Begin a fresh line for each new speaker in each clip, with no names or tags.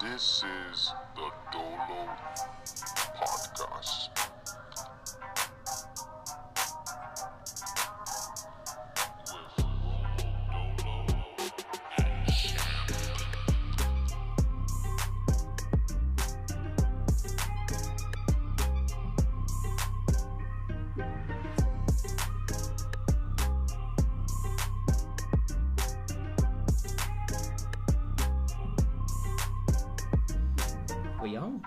This is the Dolo Podcast. With Rolo Dolo and Shaq.
We on.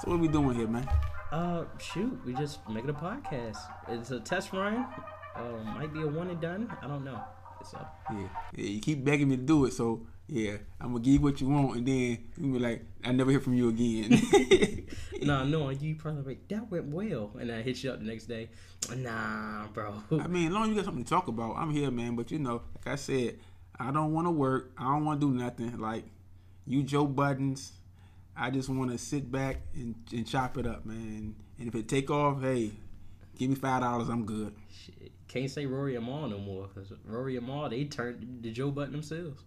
So what are we doing here, man?
Uh, shoot, we just making a podcast. It's a test run. Uh, might be a one and done. I don't know. It's up.
Yeah, yeah. You keep begging me to do it, so yeah, I'm gonna give you what you want, and then you be like, I never hear from you again.
Nah, no, you probably like that went well, and I hit you up the next day. Nah, bro.
I mean, as long as you got something to talk about, I'm here, man. But you know, like I said, I don't want to work. I don't want to do nothing. Like you, Joe Buttons. I just want to sit back and, and chop it up, man. And if it take off, hey, give me five dollars. I'm good.
Shit. Can't say Rory and Maul no more because Rory and Maul they turned the Joe Button themselves.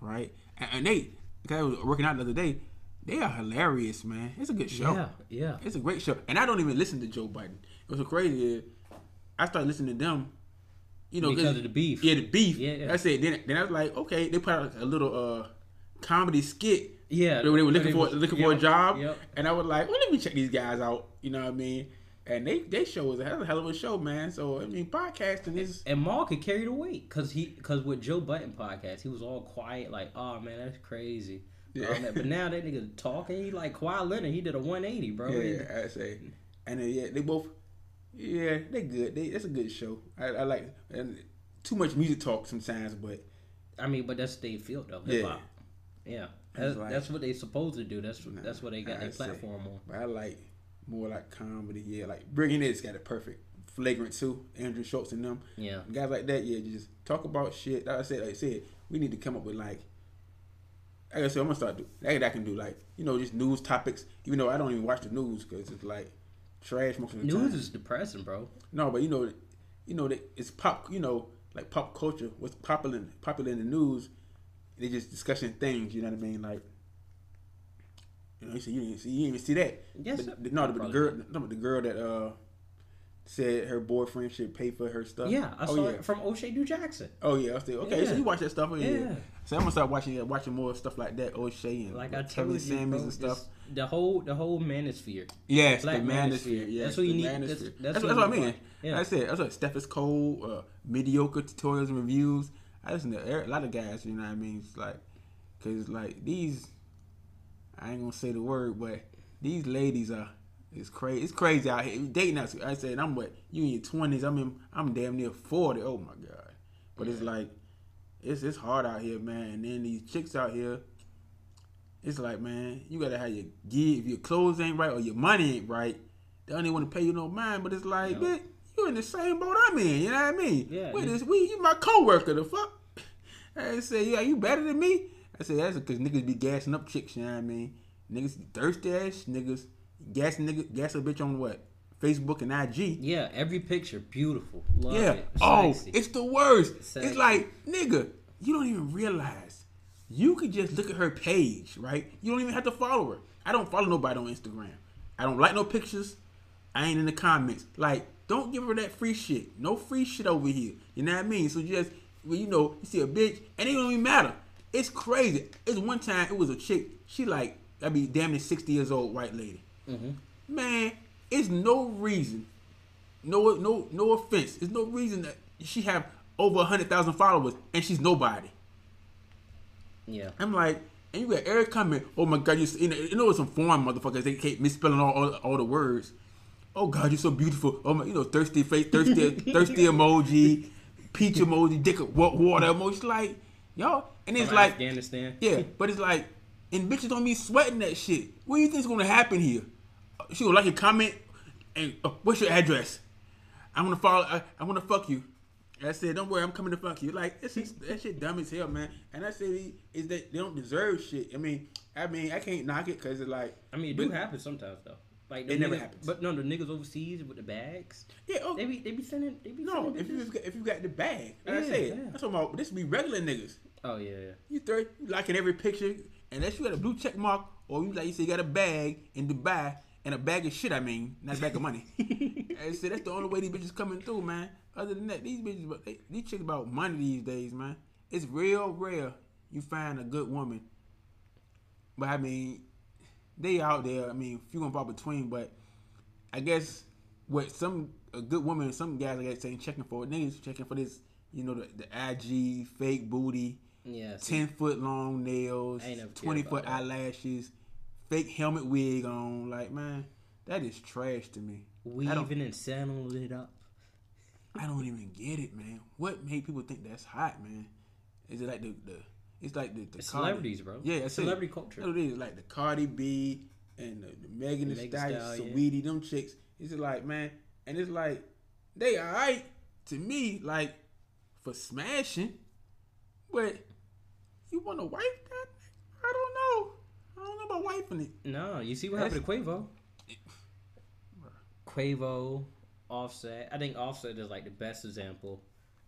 right? And, and they, because I was working out the other day, they are hilarious, man. It's a good show.
Yeah, yeah.
It's a great show. And I don't even listen to Joe Biden. What's so crazy is I started listening to them, you know,
Because
'cause-
of the beef.
Yeah, the beef.
Yeah, yeah.
That's it. Then, then I was like, okay, they put out a little uh, comedy skit.
Yeah,
They, they were looking
they
for
was-
looking for a
yep,
job,
yep.
and I was like, well, let me check these guys out. You know what I mean? And they they show was a hell, hell of a show, man. So I mean, podcasting is
And Maul could carry the weight because he because with Joe Button podcast he was all quiet like oh man that's crazy.
Yeah.
Um, but now that nigga talking he like Kawhi Leonard he did a one eighty bro. He-
Yeah, I say, and then, yeah, they both, yeah, they good. They that's a good show. I, I like and too much music talk sometimes, but
I mean, but that's their field though. Hip hop. Yeah. That's,
like-
that's what they supposed to do. That's that's what they got their
I see.
platform on.
but I like more like comedy. Yeah, like bringing it's got it perfect. Flagrant too, Andrew Schultz and them.
Yeah.
guys like that. Yeah, just talk about shit. Like I said, like I said, we need to come up with like. Like I said, I'm gonna start do like I can do like you know just news topics. Even though I don't even watch the news because it's like trash most of the time.
News is depressing, bro.
No, but you know, you know that it's pop. You know, like pop culture. What's popular, in- popular in the news? They just discussing things. You know what I mean? Like, you know, you see, you didn't see, you didn't even see that.
Yes,
But-
sir.
no, but the
Probably.
girl, no, but the girl that uh said her boyfriend should pay for her stuff.
Yeah, I
oh,
saw
yeah.
it from O'Shea Du Jackson.
Oh yeah, I said okay. So
Yeah.
you watch that stuff? Oh, yeah.
Yeah.
So I'm gonna start watching watching more stuff like that. O'Shea and
Like I
like
told you,
Kevin Samuels
bro,
and stuff.
just The whole the whole manosphere.
Yes,
Black
the
manosphere.
manosphere. Yes,
That's what you
the
need-
manosphere.
that's- that's
That's, that's
what
what I
you
mean.
need. Yeah.
Like I said, that's what Steph is cold, uh, mediocre tutorials and reviews. I listen to er- a lot of guys, you know what I mean? It's like, because, like, these, I ain't going to say the word, but these ladies are, it's crazy. It's crazy out here. Dating us. I said, I'm what, you in your 20s. I'm in, I'm damn near 40. Oh, my God. But it's like, it's, it's hard out here, man. And then these chicks out here, it's like, man, you gotta have your gear. If your clothes ain't right or your money ain't right, they don't even want to pay you no mind. But it's like,
No.
bitch, you in the same boat I'm in. You know what I mean?
Yeah,
We
and
this we you my coworker. The fuck? I say, yeah, you better than me. I say that's because niggas be gassing up chicks. You know what I mean? Niggas thirsty ass niggas gas nigga gas a bitch on what? Facebook and IG.
Yeah, every picture beautiful. Love
Yeah.
it.
Oh,
Sexy.
it's the worst.
Sexy.
It's like, nigga, you don't even realize. You could just look at her page, right? You don't even have to follow her. I don't follow nobody on Instagram. I don't like no pictures. I ain't in the comments. Like, don't give her that free shit. No free shit over here. You know what I mean? So just, well, you know, you see a bitch, and it don't even matter. It's crazy. It's one time it was a chick. She like, I be damn near sixty years old white lady.
Mm-hmm.
Man, it's no reason no no no offense. There's no reason that she have over hundred thousand followers and she's nobody.
yeah.
I'm like, and you got Eric coming. Oh my God, you, s- you know, you know it's some foreign motherfuckers. They keep misspelling all, all all the words. Oh God, you're so beautiful. Oh my, you know, thirsty face, thirsty thirsty emoji, peach emoji, dick wa- water emoji. Like y'all, and it's
From
like
Afghanistan.
yeah, but it's like, and bitches don't be sweating that shit. What do you think's gonna happen here? Uh, She gonna like your comment, and uh, what's your address? I'm gonna follow. I, I'm gonna fuck you. And I said, don't worry, I'm coming to fuck you. Like it's just, that shit dumb as hell, man. And I said, is that they don't deserve shit. I mean, I mean, I can't knock it because it's like,
I mean, it do happen sometimes though. Like the
It never
niggas-
happens.
But no, the niggas overseas with the bags,
yeah, oh,
they be they be sending they be
no,
sending
if you
bitches-
if you got the bag, like I
Yeah,
said,
yeah.
I'm talking about this be regular niggas.
oh yeah, yeah.
You third, you liking every picture, unless you got a blue check mark Or you like you say you got a bag in Dubai and a bag of shit. I mean, not a bag of money. I said that's the only way these bitches coming through, man. Other than that, these bitches, but they, these chicks about money these days, man. It's real rare you find a good woman. But I mean, they out there. I mean, few and far between. But I guess what some a good woman, some guys like that saying checking for niggas checking for this. You know the, the IG fake booty,
Yeah. see,
ten foot long nails,
I ain't never cared
twenty foot
about that.
eyelashes, fake helmet wig on. Like man, that is trash to me. I don't,
Weaving and saddling it up.
I don't even get it, man. What made people think that's hot, man? Is it like the, the it's like the, the Cardi-
celebrities, bro.
Yeah, that's it.
Celebrity culture.
That's what it is. Like the Cardi B and the, the Megan Thee
Megan
Stallion,
Stallion.
Saweetie, them chicks. It's just like man, and it's like they alright to me, like for smashing, but you want to wife that? I don't know. I don't know about wiping it.
No, you see what happened to Quavo? Quavo, Offset. I think Offset is like the best example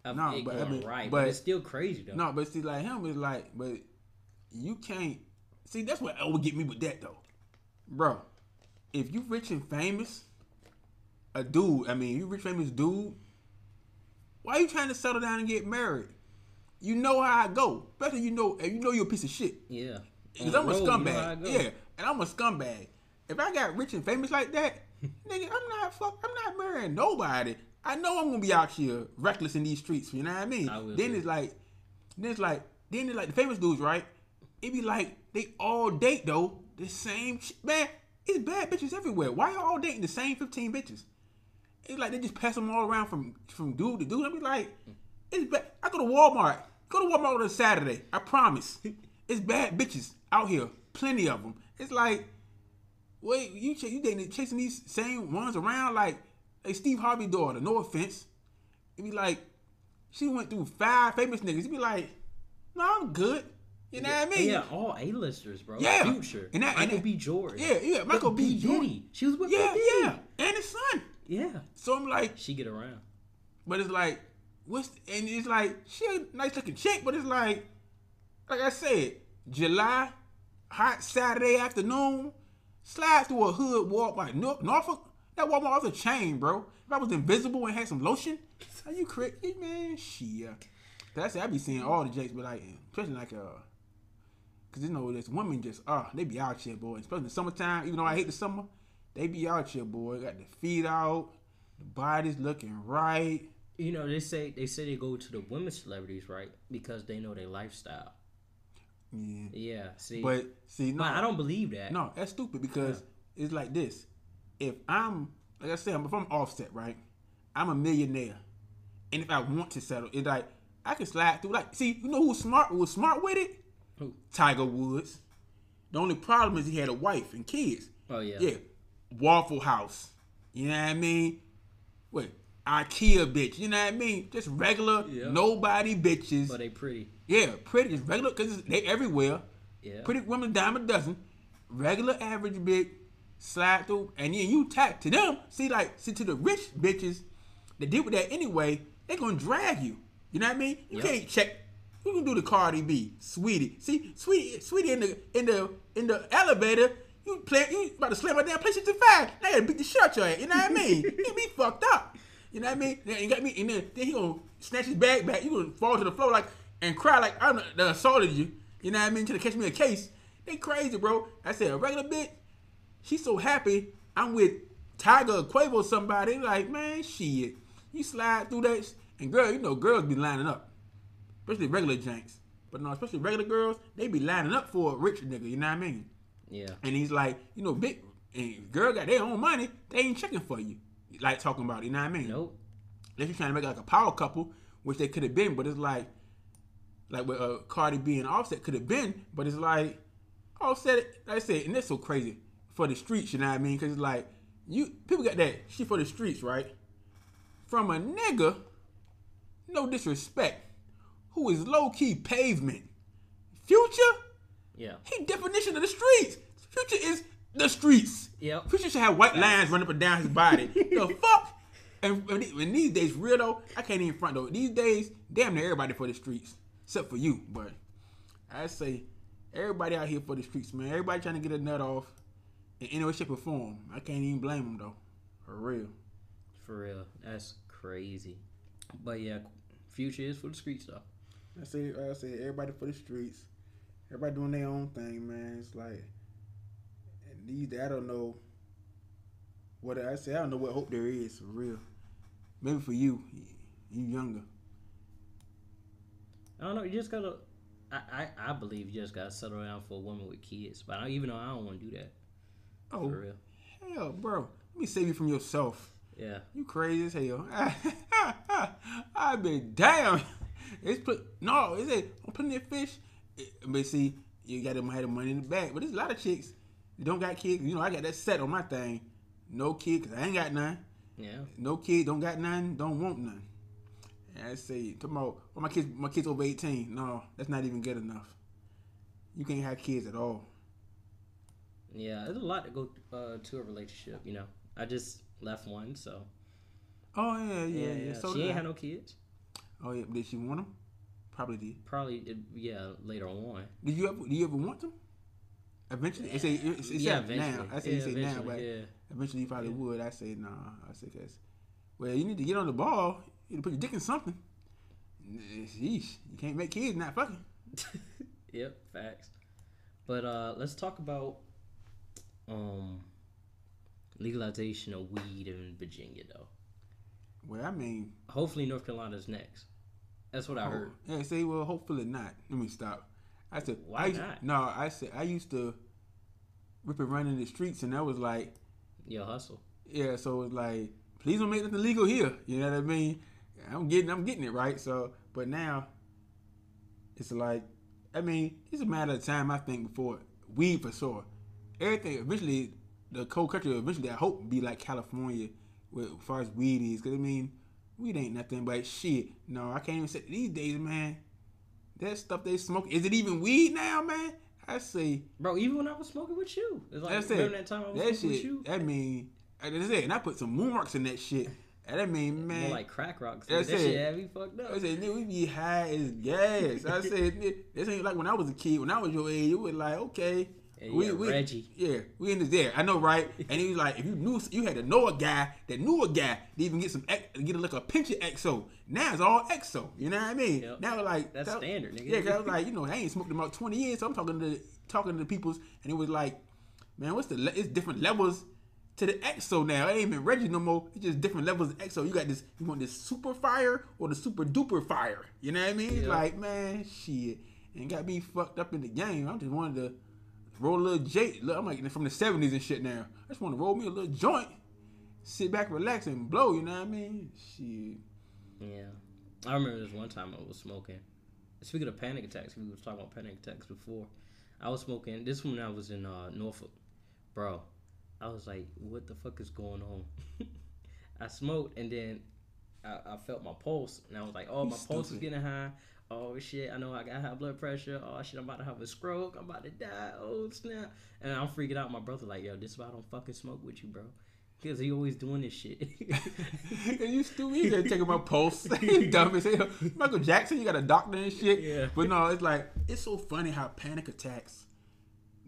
of
No,
it
but I
going
mean-
right, but,
but-
it's still crazy though.
No, but see, like him is like, but you can't. See, that's what would get me with that though, bro. If you rich and famous, a dude. I mean, you rich famous dude. Why you trying to settle down and get married? You know how I go. Better you know, and you know you're a piece of shit.
Yeah, On
Cause I'm
the
a
road, you know how it
scumbag.
go.
yeah, and I'm a scumbag. If I got rich and famous like that, nigga, I'm not fuck. I'm not marrying nobody. I know I'm gonna be out here reckless in these streets. You know what I mean?
I will
then
too.
it's like, then it's like, then it's like the famous dudes, right? It be like they all date though the same ch- man. It's bad bitches everywhere. Why you all dating the same fifteen bitches? It's like they just pass them all around from from dude to dude. I be like, it's bad. I go to Walmart. Go to Walmart on a Saturday. I promise. It's bad bitches out here. Plenty of them. It's like, wait, you ch- you dating chasing these same ones around like like Steve Harvey daughter. No offense. It be like, she went through five famous niggas. It be like, no, I'm good. You know what I mean?
yeah, all A-listers, bro.
Yeah.
Future, and
And that-
that,
and
Michael
that-
B. Jordan.
Yeah, yeah, Michael B.
Diddy.
Jordan.
She was with
Yeah,
B.
yeah. And his son.
yeah.
So I'm like,
She get around.
But it's like, what's and it's like she a nice looking chick, but it's like, like I said, July, hot Saturday afternoon, slide through a hood walk by Nor- Norfolk. That Walmart was a chain, bro. If I was invisible and had some lotion, are you crazy, man? Shit. That's it. I be seeing all the jakes, but like, especially like uh. Cause you know this women just ah they be out here boy, especially in the summertime. Even though I hate the summer, they be out here boy. Got the feet out, the body's looking right.
You know they say they say they go to the women celebrities right because they know their lifestyle.
Yeah.
Yeah, see,
But see, no,
But I don't believe that.
no, that's stupid because it's like this. If I'm, like I said, if I'm offset, right? I'm a millionaire, and if I want to settle, it's like I can slide through. Like, see, you know who's smart? Who's smart with it?
Who?
Tiger Woods. The only problem is he had a wife and kids.
Oh yeah.
Yeah, Waffle House. You know what I mean? Wait, IKEA bitch. You know what I mean? Just regular
Yeah.
nobody bitches.
But they pretty.
Yeah, pretty just regular because they everywhere.
Yeah.
Pretty women, dime a dozen. Regular average bitch, slide through, and then you tap to them. See, like, see to the rich bitches that deal with that anyway. They gonna drag you. You know what I mean? You
Yep.
can't check. You can do the Cardi B, sweetie. See, sweetie, sweetie in the in the in the elevator. You play. You about to slam her down. Play shit to five. They gotta beat the shit out your ass. You know what I mean? you be fucked up. You know what I mean? Then you got me, and then, then he gonna snatch his bag back. You gonna fall to the floor like and cry like I'm the assaulted you. You know what I mean? Trying to catch me a case. They crazy, bro. I said a regular bitch. She's so happy. I'm with Tiger or Quavo or somebody. Like man, shit. You slide through that, sh- and girl, you know girls be lining up, especially regular janks. But no, especially regular girls, they be lining up for a rich nigga. You know what I mean?
Yeah.
And he's like, you know, big and girl got their own money. They ain't checking for you. Like talking about, it, you know what I mean?
Nope.
Unless you're trying to make it like a power couple, which they could have been, but it's like, like with uh, Cardi B and Offset could have been, but it's like, Offset, like I said, and that's so crazy for the streets, you know what I mean? Because it's like, you people got that shit for the streets, right? From a nigga, no disrespect, who is low key pavement, future,
Yeah.
he definition of the streets. Future is the streets.
Yep.
Future should have white lines running up and down his body. the fuck? And, and the- and these days, real though, I can't even front though. These days, damn near everybody for the streets, except for you. But I say, Everybody out here for the streets, man. Everybody trying to get a nut off in any way, shape, or form. I can't even blame them though. For real.
For real, that's crazy. But yeah, future is for the streets though.
I say, I say, everybody for the streets. Everybody doing their own thing, man. It's like and these. I don't know what I say. I don't know what hope there is for real. Maybe for you, you younger.
I don't know. You just gotta. I, I, I believe you just gotta settle down for a woman with kids. But I don't, even though I don't want to do that.
Oh
For real.
hell, bro. Let me save you from yourself.
Yeah.
You crazy as hell. I be damn. It's put no. It's a I'm putting that fish. It- but see, you got them had the money in the bag. But there's a lot of chicks that don't got kids. You know, I got that set on my thing. No kid, cause I ain't got none.
Yeah.
No kid, don't got none. Don't want none. And I say, tomorrow, well, my kids, my kids over 18. No, that's not even good enough. You can't have kids at all.
Yeah. There's a lot to go uh, to a relationship. You know. I just left one, so
Oh yeah, yeah, yeah. So
she
did
ain't
I.
had no kids.
Oh yeah, but did she want them? Probably did.
Probably. uh, Yeah. Later on.
Do you ever do you ever want them? Eventually, I say it's, it's
yeah.
yeah, now. I say you say now,
eventually,
but
yeah.
eventually you probably
Yeah.
would. I say nah. I say cause well, you need to get on the ball. You need to put your dick in something. Sheesh, you can't make kids not fucking.
yep, facts. But uh, let's talk about um, legalization of weed in Virginia, though.
Well, I mean,
Hopefully, North Carolina's next. That's
Oh.
what I heard.
yeah. Say well, hopefully not. Let me stop. I said
Why
I,
not?
No, I said I used to rip and run in the streets, and that was like
Yo, hustle.
Yeah, so it's like, please don't make nothing legal here. You know what I mean? I'm getting, I'm getting it right. So, but now, it's like, I mean, it's a matter of time. I think before weed for sure. Everything eventually, the cold country eventually. I hope be like California, with, as far as weed is. Cause I mean, weed ain't nothing but shit. No, I can't even say these days, man. That stuff they smoke is it even weed now, man? I say
Bro, even when I was smoking with you, it's like
that's it.
remember that time I was
that
smoking
shit.
with you.
That mean, and that's it. And I put some moonwalks in that shit. And that mean,
More
man.
like crack rocks.
That's
that shit
it.
had me fucked up.
I said, nigga, we be high as gas. I said, "Nigga, this ain't like when I was a kid. When I was your age, it was like, okay,
Yeah, yeah, Reggie.
yeah, we in this there. I know, right? And he was like, if you knew, you had to know a guy that knew a guy to even get some, ex- get a, like a pinch of exo. Now it's all exo. You know what I mean?
Yep.
Now like
That's
that-
standard, nigga.
Yeah, 'cause I was like, you know, I ain't smoked in about twenty years. So I'm talking to talking to people's, and it was like, man, what's the? Le- it's different levels to the EXO now. It ain't even Reggie no more. It's just different levels of EXO. You got this. You want this super fire or the super duper fire? You know what I mean? It's
Yeah.
Like man, shit, and got me fucked up in the game. I just wanted to roll a little J. Look, I'm like from the '70s and shit now. I just want to roll me a little joint, sit back, relax, and blow. You know what I mean? Shit.
Yeah. I remember this one time I was smoking. Speaking of panic attacks, we was talking about panic attacks before. I was smoking this one when I was in uh, Norfolk. Bro, I was like, what the fuck is going on? I smoked and then I, I felt my pulse and I was like, oh, my pulse is
stupid.
getting high. Oh shit, I know I got high blood pressure. Oh shit, I'm about to have a stroke. I'm about to die. Oh snap. And I'm freaking out. My brother, like, yo, this is why I don't fucking smoke with you, bro. Because he always doing this shit.
you stupid. You just taking my pulse. You dumb as hell. Michael Jackson, you got a doctor and shit.
Yeah.
But no, it's like it's so funny how panic attacks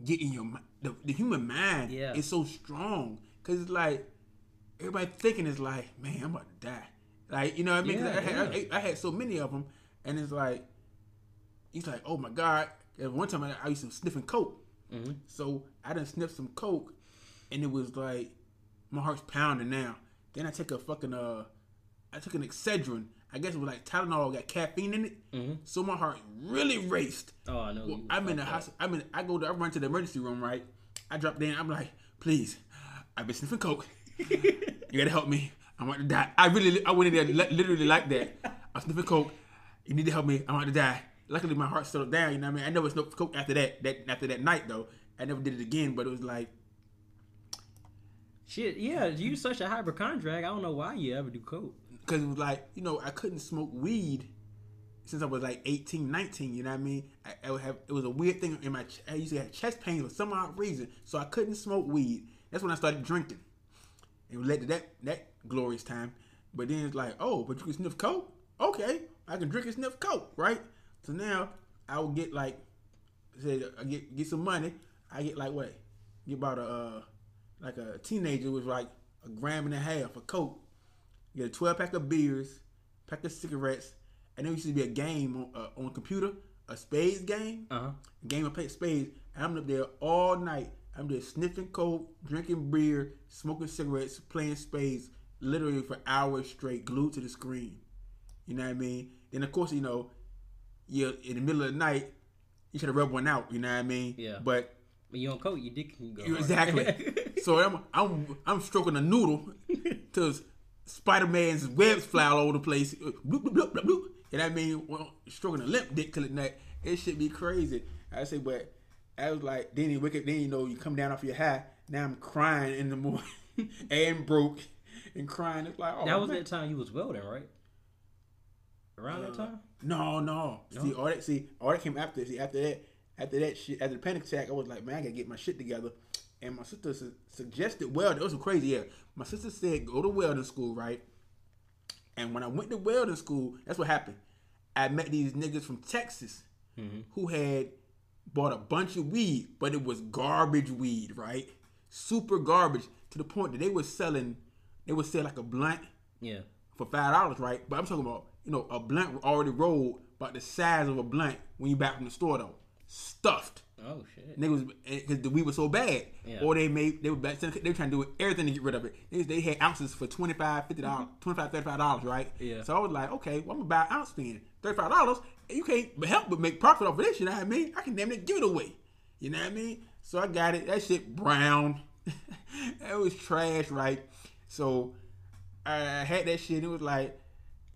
get in your mi- the, the human mind.
Yeah.
It's so strong because it's like everybody thinking is like, man, I'm about to die. Like you know what I mean? 'Cause I,
Yeah,
had,
yeah.
I, I had so many of them, and it's like he's like, oh my god. And one time I, I used to sniffing coke.
Mm-hmm.
So I done sniffed some coke, and it was like my heart's pounding now. Then I take a fucking uh, I took an Excedrin. I guess it was like Tylenol got caffeine in it,
Mm-hmm.
so my heart really raced.
oh, I know.
Well,
you
I'm in
fucked
the
up.
hospital. I'm in. I go to. I run to the emergency room. Right. I drop down. I'm like, please, I've been sniffing coke. you gotta help me. I'm about to die. I really. I went in there li- literally like that. I'm sniffing coke. You need to help me. I'm about to die. Luckily, my heart settled down. You know what I mean. I never smoked coke after that. That after that night though, I never did it again. But it was like,
Shit, yeah, you such a hypochondriac. I don't know why you ever do coke.
because it was like you know I couldn't smoke weed since I was like 18, 19, You know what I mean? I, I would have it was a weird thing in my ch- I used to have chest pains for some odd reason, so I couldn't smoke weed. That's when I started drinking. It led to that that glorious time. But then it's like, oh, but you can sniff coke. Okay, I can drink and sniff coke, right? So now I would get like said I get get some money. I get like what? Get about a uh, like a teenager with like a gram and a half a coke. Get a twelve pack of beers, pack of cigarettes, and there used to be a game on uh, on a computer, a spades game,
Uh huh.
game of play- spades. And I'm up there all night. I'm just sniffing coke, drinking beer, smoking cigarettes, playing spades, literally for hours straight, glued to the screen. You know what I mean? Then of course you know, you in the middle of the night, you should have rubbed one out. You know what I mean?
Yeah.
But
When you on coke, your dick can go. hard.
exactly. so I'm I'm I'm stroking a noodle till Spider Man's webs fly all over the place. Bloop, bloop, bloop, bloop, bloop. You know what I mean? Well, stroking a limp dick till it night. It should be crazy. I say, but I was like, then you wake up, then you know you come down off your high. Now I'm crying in the morning and broke and crying. It's like, oh,
that was
man.
that time you was welding, right? Around
Uh,
that time.
No, no. See, all that see, all that came after. See, after that, after that shit, after the panic attack, I was like, man, I gotta get my shit together. And my sister su- suggested welding. It was crazy, yeah. My sister said go to welding school, right? And when I went to welding school, that's what happened. I met these niggas from Texas who had bought a bunch of weed, but it was garbage weed, right? Super garbage to the point that they were selling. They would sell like a blunt
Yeah.
for five dollars, right? But I'm talking about you know a blunt already rolled, about the size of a blunt when you buy from the store though, stuffed.
Oh shit.
Niggas, because the weed was so bad,
Yeah.
or they made they were back, they were trying to do everything to get rid of it. Niggas, they had ounces for 25 dollars, 25 35 dollars, right?
Mm-hmm. Yeah.
So I was like, okay, well I'm gonna buy an ounce then, thirty five dollars. and You can't but help but make profit off of this. You know what I mean? I can damn near give it away. You know what I mean? So I got it. That shit brown. it was trash, right? So I had that shit. And it was like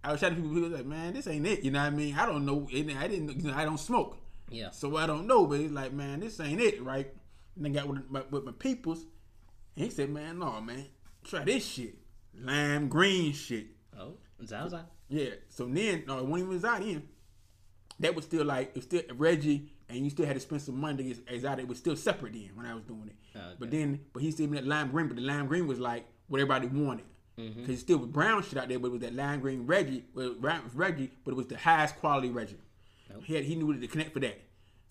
I was trying to people. People was like, man, this ain't it. You know what I mean? I don't know. And I didn't. You know, I don't smoke.
Yeah.
So I don't know, but he's like, man, this ain't it, right? And I got with my, with my peoples, and he said, man, no, man, try this shit, lime green shit.
Oh, Zaza.
Yeah. So then, no, it wasn't even Exotic. in. That was still like it's still Reggie, and you still had to spend some money to get Exotic. It was still separate then when I was doing it.
Okay.
But then, but he still made that lime green. But the lime green was like what everybody wanted. Cause it still was brown shit out there, but it was that lime green Reggie. Well, it was Reggie, but it was the highest quality Reggie. He had, he knew to connect for that.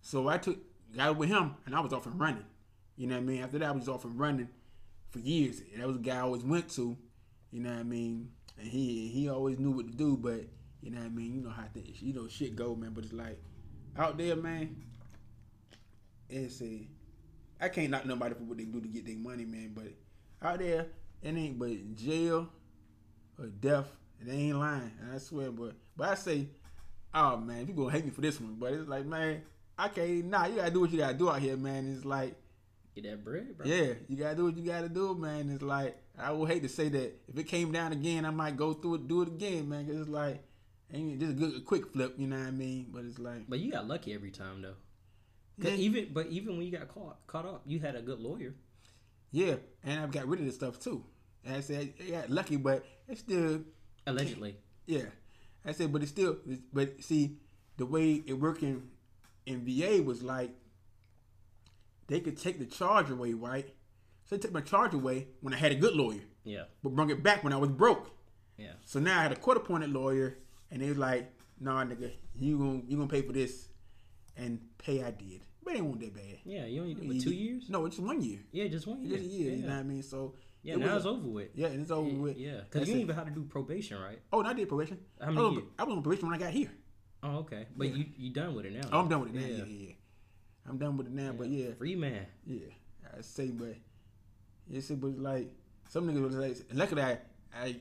So I took got with him, and I was off and running. You know what I mean? After that, I was off and running for years. And that was a guy I always went to. You know what I mean? And he he always knew what to do, but you know what I mean. You know how things you know shit go, man. But it's like out there, man. It's a I can't knock nobody for what they do to get their money, man. But out there, it ain't but jail or death. And they ain't lying, and I swear. But but I say, oh man, people gonna hate me for this one. But it's like, man, I can't. Nah, you gotta do what you gotta do out here, man. It's like
Get that bread, bro.
yeah, you gotta do what you gotta do, man. It's like I would hate to say that if it came down again, I might go through it, do it again, man. 'cause it's like ain't just a good a quick flip, you know what I mean? But it's like
But you got lucky every time though. 'Cause
Yeah.
Even but even when you got caught caught up, you had a good lawyer.
yeah, and I've got rid of this stuff too. And I said, I got lucky, but it's still
Allegedly.
Yeah, I said, but it's still, but see, the way it worked in, in VA was like they could take the charge away, right? So they took my charge away when I had a good lawyer,
Yeah.
but brung it back when I was broke.
Yeah.
So now I had a court-appointed lawyer, and they was like, "Nah, nigga, you gonna you gonna pay for this," and pay I did, but it wasn't that bad.
Yeah. You only did what, two years?
No, it's one year.
Yeah, just one year.
Just a year. You know what
Yeah.
I mean? So
Yeah,
it
now
was-
it's over with.
Yeah, and it's over with.
Yeah, because
That's
you
it.
don't even have to do probation, right?
Oh, and I did probation.
How many
I, was on,
years?
I was on probation when I got here.
Oh, okay. But you you done with it now?
Oh, I'm done with it now. Yeah,
Yeah.
yeah, yeah. I'm done with it now, but yeah,
Free man.
yeah. I say, but you see, but like some niggas was like, luckily I, I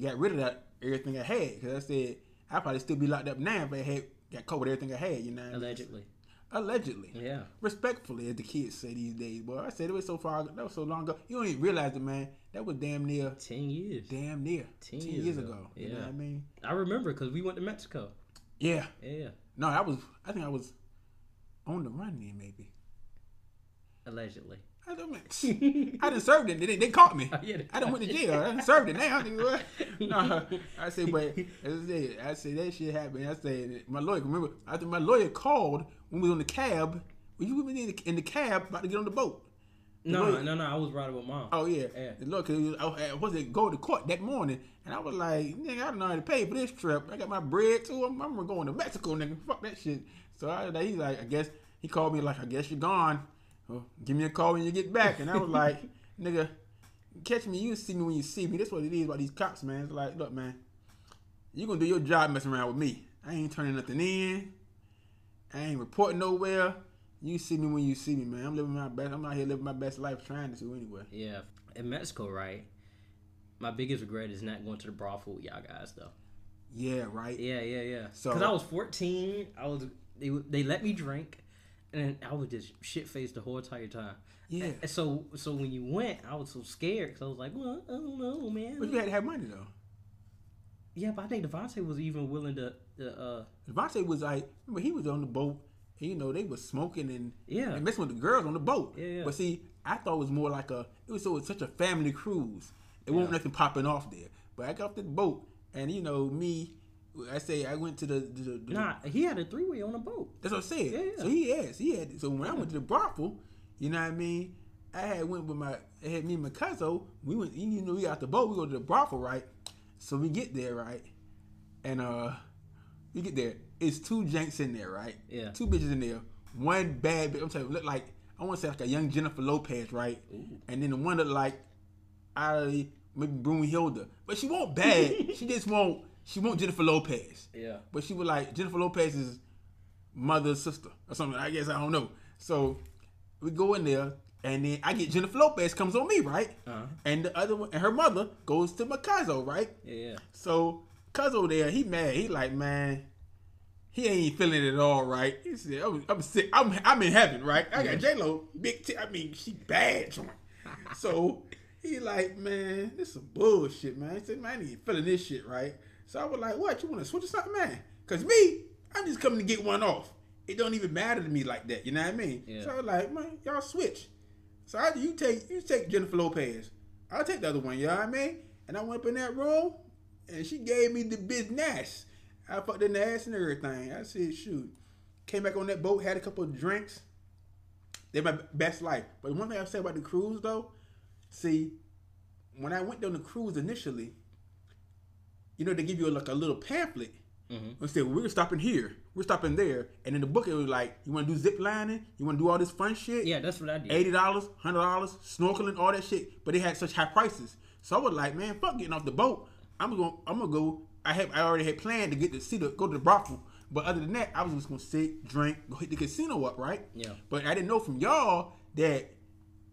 got rid of that everything I had because I said I probably still be locked up now if I had got caught with everything I had. You know, what I mean?
Allegedly.
allegedly,
Yeah.
respectfully, as the kids say these days. Boy, I said it was so far, that was so long ago. You don't even realize it, man. That was damn near,
Ten years.
damn near, ten,
Ten
years,
years
ago.
ago.
You know
Yeah.
what I mean?
I remember because we went to Mexico.
Yeah.
Yeah.
No, I was. I think I was on the run then, maybe.
Allegedly.
I don't mean, I done served it. They, they caught me.
Yeah, they
I done went to
caught
jail. I done served it now. nigga, what? no, I said, but as I said, I said that shit happened. I said my lawyer. Remember, after my lawyer called when we was on the cab. When you were in the, in the cab about to get on the boat.
No,
lawyer-
no, no. I was riding with mom.
Oh yeah,
Yeah.
the lawyer. Cause it was- I, I was to go to court that morning, and I was like, nigga, I don't know how to pay for this trip. I got my bread too. I'm, I'm going to Mexico, nigga. Fuck that shit. So I, he's like, I guess. he- He called me like, I guess you're gone. Well, give me a call when you get back. And I was like, nigga, catch me. You see me when you see me. That's what it is about these cops, man. It's like, look, man, you gonna do your job messing around with me. I ain't turning nothing in. I ain't reporting nowhere. You see me when you see me, man. I'm living my best. I'm out here living my best life, trying to anyway.
Yeah. In Mexico, right? My biggest regret is not going to the brothel with y'all guys, though.
Yeah, right.
Yeah, yeah, yeah.
So-
Because I was 14, I was they they let me drink, and I was just shit faced the whole entire time.
Yeah.
And so so when you went, I was so scared because I was like, well, I don't know, man.
But you had to have money though.
yeah, but I think Devontae was even willing to, to uh,
Devontae was like, remember he was on the boat. And, you know, they was smoking and
Yeah.
and messing with the girls on the boat.
Yeah, yeah.
But see, I thought it was more like a it was so it was such a family cruise. It wasn't
Yeah.
nothing popping off there. But I got off the boat and you know me, I say I went to the, the, the, the
nah, he had a three way on a boat.
that's what I said.
Yeah, yeah.
So he asked. He had. So when I went to the brothel, you know what I mean. I had went with my. I had me and my cousin. We went. You know, we got the boat. We go to the brothel, right? So we get there, right? And uh, we get there. It's two janks in there, right?
Yeah.
Two bitches in there. One bad bitch. I'm telling you, look like I want to say like a young Jennifer Lopez, right? And then the one that like I maybe Brunhilde, but she won't bad. she just won't. She won't Jennifer Lopez.
Yeah.
But she was like Jennifer Lopez's mother's sister or something. I guess I don't know. So we go in there, and then I get Jennifer Lopez comes on me, right?
Uh-huh.
And the other one, and her mother goes to Makazo, right?
Yeah, yeah.
So Cuzzo there, he mad. He like, man, he ain't feeling it at all, right? He said, I'm, I'm sick. I'm I'm in heaven, right? I got J Lo, big. T- I mean, she bad joint. so he like, man, this some bullshit, man. He said, man, I ain't feeling this shit, right? So I was like, what? You want to switch or something, man? Cause me, I'm just coming to get one off. It don't even matter to me like that. You know what I mean?
Yeah.
So I was like, man, y'all switch. So I, you take you take Jennifer Lopez. I'll take the other one, you know what I mean? And I went up in that room and she gave me the business. I fucked in the ass and everything. I said, shoot. Came back on that boat, had a couple of drinks. They're my best life. But one thing I've said about the cruise though, see, when I went on the cruise initially, you know, they give you like a little pamphlet.
Mhm.
And say, well, we're stopping here, we're stopping there. And in the book, it was like, you want to do zip lining? You want to do all this fun shit?
Yeah, that's what I did.
eighty dollars, hundred dollars, snorkeling, all that shit. But they had such high prices, so I was like, man, fuck getting off the boat. I'm gonna, I'm gonna go. I have, I already had planned to get to see the go to the brothel. But other than that, I was just gonna sit, drink, go hit the casino up, right?
Yeah.
But I didn't know from y'all that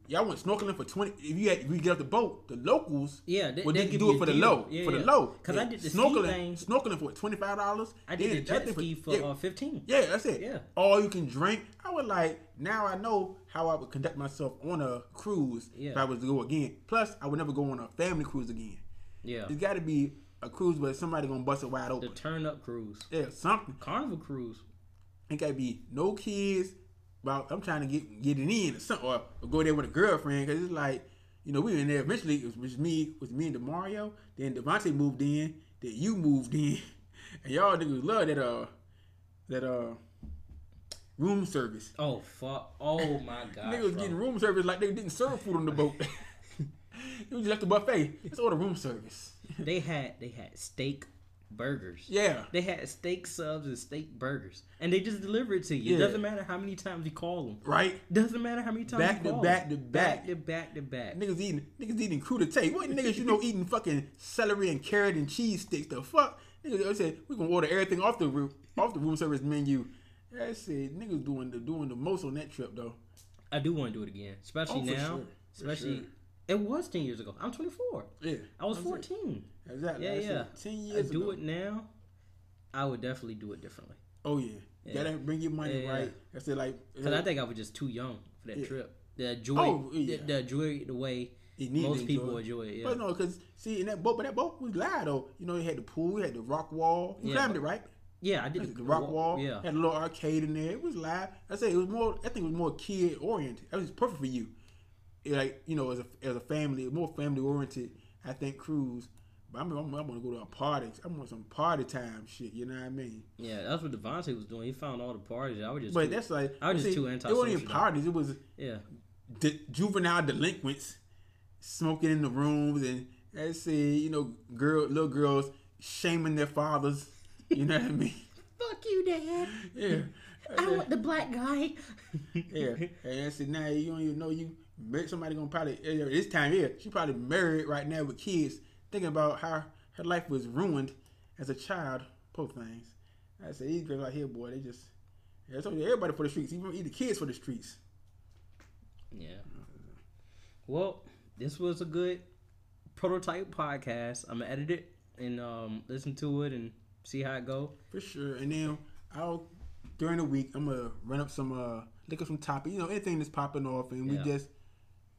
y'all went snorkeling for twenty. If you had, if you get off the boat, the locals,
Yeah, they-
would
they
they could
give
do
you
it
a
for the
deal.
low,
Yeah,
for the
yeah.
low.
'Cause I did the ski
snorkeling,
thing.
snorkeling for twenty five dollars.
I did the jet ski for uh, 15.
Yeah, that's it.
Yeah.
All you can drink. I would like now I know how I would conduct myself on a cruise if
Yeah.
I was to go again. Plus, I would never go on a family cruise again.
Yeah.
It's got to be a cruise where somebody gonna bust it wide
The
open.
turn up cruise.
yeah, something.
Carnival cruise.
It got to be no kids. About I'm trying to get get it in or something, or, or go there with a girlfriend because it's like you know we were in there eventually. It was, was me, it was me and Demario. Then Devontae moved in. Then you moved in, and y'all niggas love that uh that uh room service.
Oh, fuck. Oh, my God.
Niggas was
bro.
getting room service like they didn't serve food on the boat. you just left the buffet. Let's order room service.
They had they had steak burgers.
Yeah.
They had steak subs and steak burgers, and they just deliver it to you. It
Yeah.
doesn't matter how many times you call them.
Right?
Doesn't matter how many times
Back
you
to
call
back
'em.
to back.
back to back to back.
Niggas eating niggas eating crudité. What niggas you know eating fucking celery and carrot and cheese sticks? The fuck? Niggas I said we gonna order everything off the room off the room service menu. That shit, niggas doing the doing the most on that trip though.
I do want to do it again, especially
Oh, for
now.
sure. For
Especially
sure.
it was ten years ago. I'm 24.
Yeah.
I was
That's it.
14.
Exactly.
Yeah,
That's it.
yeah.
Ten years
I do
ago.
it now. I would definitely do it differently
Oh yeah. You Gotta bring your money
Yeah,
right.
yeah.
I said like uh,
because I think I was just too young for that
Yeah.
trip. The joy,
Oh, yeah.
the, the joy, the way
It needed
most
to
people enjoy it. Yeah.
But no, because see, in that boat, but that boat was live though. You know, it had the pool, it had the rock wall. You
Yeah.
climbed it, right?
yeah, I did
The rock wall.
Yeah,
Had a little arcade in there. It was live. I say it was more. I think it was more kid oriented. That was perfect for you. It, like you know, as a as a family, more family oriented. I think cruise. But I'm, I'm, I'm gonna go to a party. I want some party time shit. You know what I mean?
yeah, that's what Devontae was doing. He found all the parties. I was just,
But
too-
that's like
I was just
see,
too
It wasn't even
antisocial.
parties. It was
yeah.
de- juvenile delinquents smoking in the rooms and let's see, you know, girl, little girls shaming their fathers. You know what I mean?
Fuck you, Dad.
Yeah,
I want the black guy.
Yeah. And I said, now you don't even know you married somebody gonna probably eh, this time here, she probably married right now with kids, thinking about how her life was ruined as a child, poor things. I said, these girls out here, boy, they just I told you everybody for the streets, even even the kids for the streets.
Yeah. Well, this was a good prototype podcast. I'm gonna edit it and um, listen to it and see how it go.
For sure. And then I'll during the week I'm gonna run up some uh look up some topic, you know, anything that's popping off and
Yeah.
we just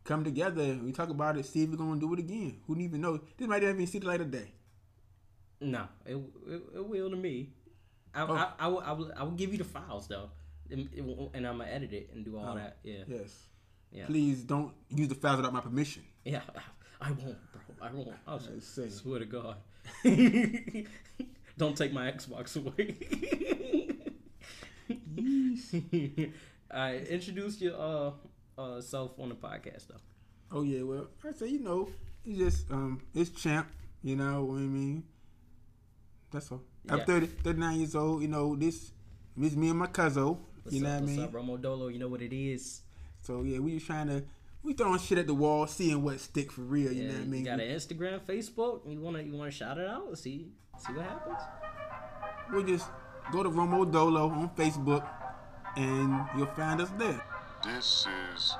come together and we talk about it, see if we're gonna do it again. Who even knows? This might not even see the light of day.
No, it it, it will to me. I, I, I, will, I, will, I will give you the files though, and, it will- and I'm gonna edit it and do all that. Yeah, yeah,
Yes.
Yeah.
Please don't use the files without my permission.
I won't, bro. I won't. I'll
I
s-
see.
swear to God. Don't take my Xbox away. I introduce your uh, uh self on the podcast though.
Oh yeah, well, I say you know, it's just um, it's champ. You know what I mean? That's all.
Yeah.
I'm 30, 39 years old. You know this. This me and my cousin.
What's
You know
up,
what I
what's
mean?
up, Romo Dolo? You know what it is.
So yeah, we just trying to we throwing shit at the wall, seeing what stick for real. You
Yeah,
know what I
you
mean?
got an Instagram, Facebook. You wanna you wanna shout it out? See see what happens.
We just go to Romo Dolo on Facebook, and you'll find us there.
This is